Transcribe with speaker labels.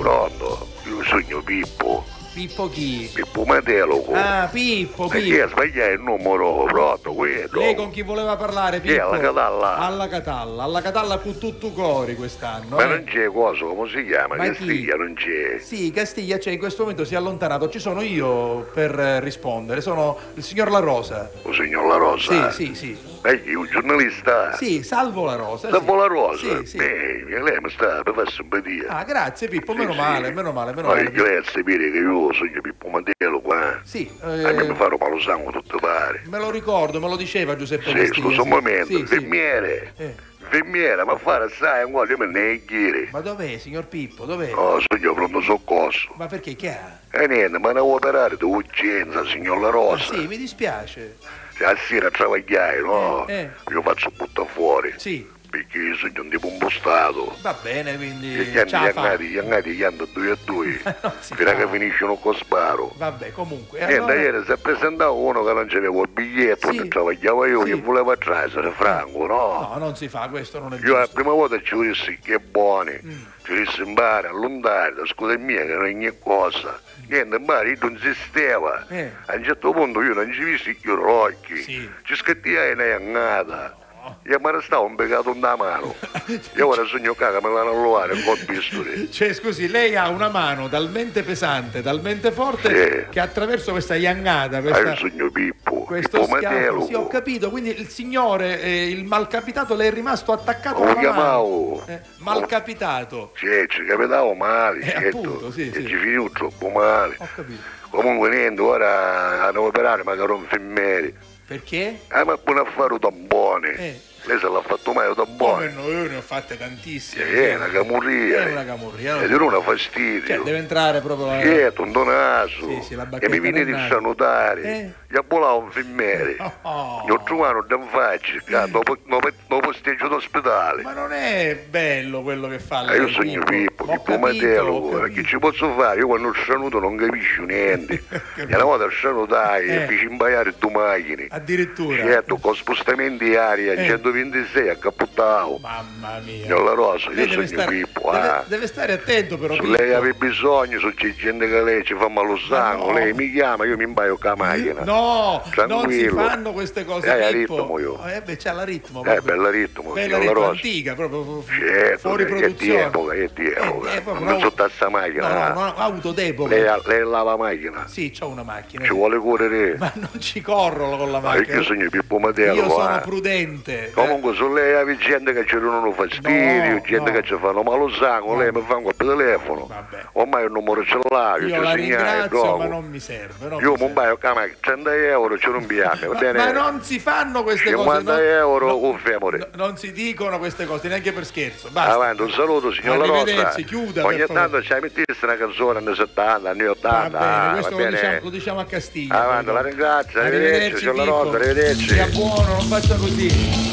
Speaker 1: pronto. Io sogno Pippo.
Speaker 2: Pippo chi?
Speaker 1: Pippo Mateloco.
Speaker 2: Ah, Pippo,
Speaker 1: Perché
Speaker 2: Pippo.
Speaker 1: ha sbagliato il numero pronto quello.
Speaker 2: Lei con chi voleva parlare, Pippo?
Speaker 1: Chi è, alla Catalla?
Speaker 2: Alla Catalla, alla Catalla con tutto cori quest'anno.
Speaker 1: Ma
Speaker 2: eh.
Speaker 1: non c'è cosa, come si chiama?
Speaker 2: Ma chi?
Speaker 1: Castiglia non c'è.
Speaker 2: Sì, Castiglia c'è, in questo momento si è allontanato. Ci sono io per eh, rispondere, sono il signor La Rosa.
Speaker 1: O signor La Rosa.
Speaker 2: Sì, sì, sì.
Speaker 1: E chi, un giornalista?
Speaker 2: Sì, salvo La Rosa. sì.
Speaker 1: Salvo La Rosa.
Speaker 2: Sì, sì.
Speaker 1: Beh, lei mi sta per far simpatia.
Speaker 2: Ah, grazie Pippo, meno
Speaker 1: Sì,
Speaker 2: male,
Speaker 1: sì.
Speaker 2: meno male, meno
Speaker 1: Ma
Speaker 2: male.
Speaker 1: io lei sapere che io sogno Pippo Matelo qua.
Speaker 2: Sì,
Speaker 1: Anche
Speaker 2: eh,
Speaker 1: mi farò palosango tutto pare.
Speaker 2: me lo ricordo, me lo diceva Giuseppe
Speaker 1: Sì,
Speaker 2: Castiglia.
Speaker 1: scusa un
Speaker 2: sì.
Speaker 1: momento,
Speaker 2: Sì, sì.
Speaker 1: infermiere.
Speaker 2: Eh,
Speaker 1: Infermiera, ma fare assai un guaglio me ne chiede.
Speaker 2: Ma dov'è, signor Pippo? Dov'è?
Speaker 1: No, sogno Ah, pronto soccorso.
Speaker 2: Ma perché che ha?
Speaker 1: E niente, ma devo operare di urgenza, signor La
Speaker 2: Ah,
Speaker 1: Rosa.
Speaker 2: sì, mi dispiace.
Speaker 1: Se a sera travagliai, no?
Speaker 2: Eh, eh.
Speaker 1: Io faccio butta fuori.
Speaker 2: Sì,
Speaker 1: Perché io sogno tipo un postato.
Speaker 2: va bene,
Speaker 1: E
Speaker 2: quindi.
Speaker 1: gli anni,
Speaker 2: Eh, ce la
Speaker 1: gli
Speaker 2: fa.
Speaker 1: annati, gli annati, gli anni due a due.
Speaker 2: Non si
Speaker 1: Fino a che
Speaker 2: fa.
Speaker 1: finiscono con sparo.
Speaker 2: Vabbè, comunque.
Speaker 1: E
Speaker 2: allora-
Speaker 1: ieri si è presentato uno che non c'aveva il biglietto,
Speaker 2: Sì.
Speaker 1: non travagliava io,
Speaker 2: Sì. Eh.
Speaker 1: che voleva essere franco, no?
Speaker 2: No, non si fa, questo non è
Speaker 1: Io la
Speaker 2: giusto.
Speaker 1: prima volta ci dissi che è buono,
Speaker 2: Mm.
Speaker 1: ci dissi impara, allontanare, scusa mia che non è ogni cosa. Niente, ma io non esisteva.
Speaker 2: Mm. Eh.
Speaker 1: A un certo punto io non ci visti gli orocchi,
Speaker 2: Sì.
Speaker 1: ci scattiai una iannata.
Speaker 2: No.
Speaker 1: E mi restava un peccato in da mano. Io ora sogno che me l'hanno alluvare con il bisturi.
Speaker 2: Cioè, scusi, lei ha una mano talmente pesante, talmente forte,
Speaker 1: Sì.
Speaker 2: che attraverso questa iangata,
Speaker 1: Hai un
Speaker 2: questa,
Speaker 1: sogno Pippo, tipo
Speaker 2: questo
Speaker 1: Pippo
Speaker 2: schiaffo,
Speaker 1: Matelo.
Speaker 2: sì, ho capito, quindi il signore, eh, il malcapitato, le è rimasto attaccato
Speaker 1: Lo
Speaker 2: alla mano.
Speaker 1: chiamavo.
Speaker 2: Eh, malcapitato,
Speaker 1: Sì, ci capitavo male,
Speaker 2: Eh,
Speaker 1: certo.
Speaker 2: appunto, sì,
Speaker 1: e
Speaker 2: sì.
Speaker 1: ci finivo troppo male.
Speaker 2: ho capito.
Speaker 1: Comunque niente, ora hanno operato ma che ero infermieri.
Speaker 2: Perché?
Speaker 1: Ah, ma buon affare tampone.
Speaker 2: Eh.
Speaker 1: Lei se l'ha fatto mai un
Speaker 2: Come
Speaker 1: tampone.
Speaker 2: no, io ne ho fatte tantissime.
Speaker 1: Eh, è una camurria.
Speaker 2: È una camurria, no?
Speaker 1: Ed era una
Speaker 2: Cioè,
Speaker 1: fastidio.
Speaker 2: deve entrare proprio la...
Speaker 1: Certo, un donaso.
Speaker 2: Sì, sì, la
Speaker 1: e
Speaker 2: bacchetta
Speaker 1: mi viene di
Speaker 2: del naso.
Speaker 1: salutare.
Speaker 2: Eh.
Speaker 1: Gli ha volato un infermiere.
Speaker 2: Oh.
Speaker 1: Gli ho trovato da faccia, che dopo, dopo, dopo steggio d'ospedale.
Speaker 2: Eh. Ma non è bello quello che fa
Speaker 1: Ah,
Speaker 2: lei.
Speaker 1: io sogno Pippo,
Speaker 2: Ho
Speaker 1: Pippo
Speaker 2: capito, ho
Speaker 1: Matelo, che
Speaker 2: capito.
Speaker 1: ci posso fare? Io quando saluto non capisco niente. e una volta salutai
Speaker 2: Eh.
Speaker 1: e feci imbaiare due macchine.
Speaker 2: Addirittura.
Speaker 1: Certo, con spostamenti di aria,
Speaker 2: Eh.
Speaker 1: 126 a cappottavo.
Speaker 2: Mamma mia.
Speaker 1: Io la rosa,
Speaker 2: Lei
Speaker 1: io
Speaker 2: deve
Speaker 1: sogno
Speaker 2: stare,
Speaker 1: Pippo.
Speaker 2: deve-
Speaker 1: ah.
Speaker 2: deve stare attento però.
Speaker 1: Se
Speaker 2: Pippo.
Speaker 1: lei aveva bisogno, se c'è gente che lei ci fa malo sangue,
Speaker 2: no.
Speaker 1: lei mi chiama, io mi imbaio con la macchina.
Speaker 2: No, non si
Speaker 1: Tranquillo.
Speaker 2: fanno queste cose.
Speaker 1: Dai, a
Speaker 2: Pippo.
Speaker 1: ritmo io.
Speaker 2: Eh, beh, c'ha la ritmo.
Speaker 1: Eh,
Speaker 2: proprio.
Speaker 1: bella ritmo,
Speaker 2: Bella
Speaker 1: signor La
Speaker 2: ritmo,
Speaker 1: Rosa.
Speaker 2: antica, proprio fu-
Speaker 1: Certo,
Speaker 2: fuori
Speaker 1: è di
Speaker 2: produzione.
Speaker 1: epoca, è di epoca.
Speaker 2: è proprio
Speaker 1: Non
Speaker 2: una-
Speaker 1: so tassa
Speaker 2: No,
Speaker 1: macchina,
Speaker 2: no,
Speaker 1: ah.
Speaker 2: no, auto d'epoca.
Speaker 1: Lei, ha- lei lava macchina,
Speaker 2: Sì, c'ho una macchina.
Speaker 1: ci vuole correre.
Speaker 2: Ma non ci corro con la
Speaker 1: Ma
Speaker 2: macchina.
Speaker 1: Ah, io sogno Pippo
Speaker 2: Io
Speaker 1: Matelo.
Speaker 2: sono
Speaker 1: ah.
Speaker 2: prudente. Eh,
Speaker 1: Comunque se lei ha gente che ci danno fastidio,
Speaker 2: No,
Speaker 1: gente
Speaker 2: no.
Speaker 1: che ci fanno malo sangue, lei mi fa un colpo di telefono.
Speaker 2: Vabbè.
Speaker 1: Ormai il numero ce l'ha,
Speaker 2: Eh,
Speaker 1: io,
Speaker 2: io
Speaker 1: ci
Speaker 2: la
Speaker 1: segnalo.
Speaker 2: ringrazio,
Speaker 1: dopo.
Speaker 2: ma non mi serve. non
Speaker 1: Io
Speaker 2: mi
Speaker 1: mi
Speaker 2: serve.
Speaker 1: baio a 100 euro ci rompiamo, va
Speaker 2: Ma-
Speaker 1: bene?
Speaker 2: Ma non si fanno queste
Speaker 1: 50
Speaker 2: cose. non-
Speaker 1: euro un femore.
Speaker 2: no- non si dicono queste cose, neanche per scherzo. Basta.
Speaker 1: Avanti, un saluto signor La Rosa.
Speaker 2: Arrivederci, chiuda, per
Speaker 1: Ogni
Speaker 2: favore.
Speaker 1: tanto ci mettesse una canzone anni 70, anni 80.
Speaker 2: Va bene,
Speaker 1: ah,
Speaker 2: questo
Speaker 1: va
Speaker 2: lo, diciamo,
Speaker 1: bene.
Speaker 2: lo diciamo a Castiglia.
Speaker 1: Avanti, la ringrazio, arrivederci, signor La Rosa,
Speaker 2: Pippo.
Speaker 1: arrivederci.
Speaker 2: Sia buono, non faccia così.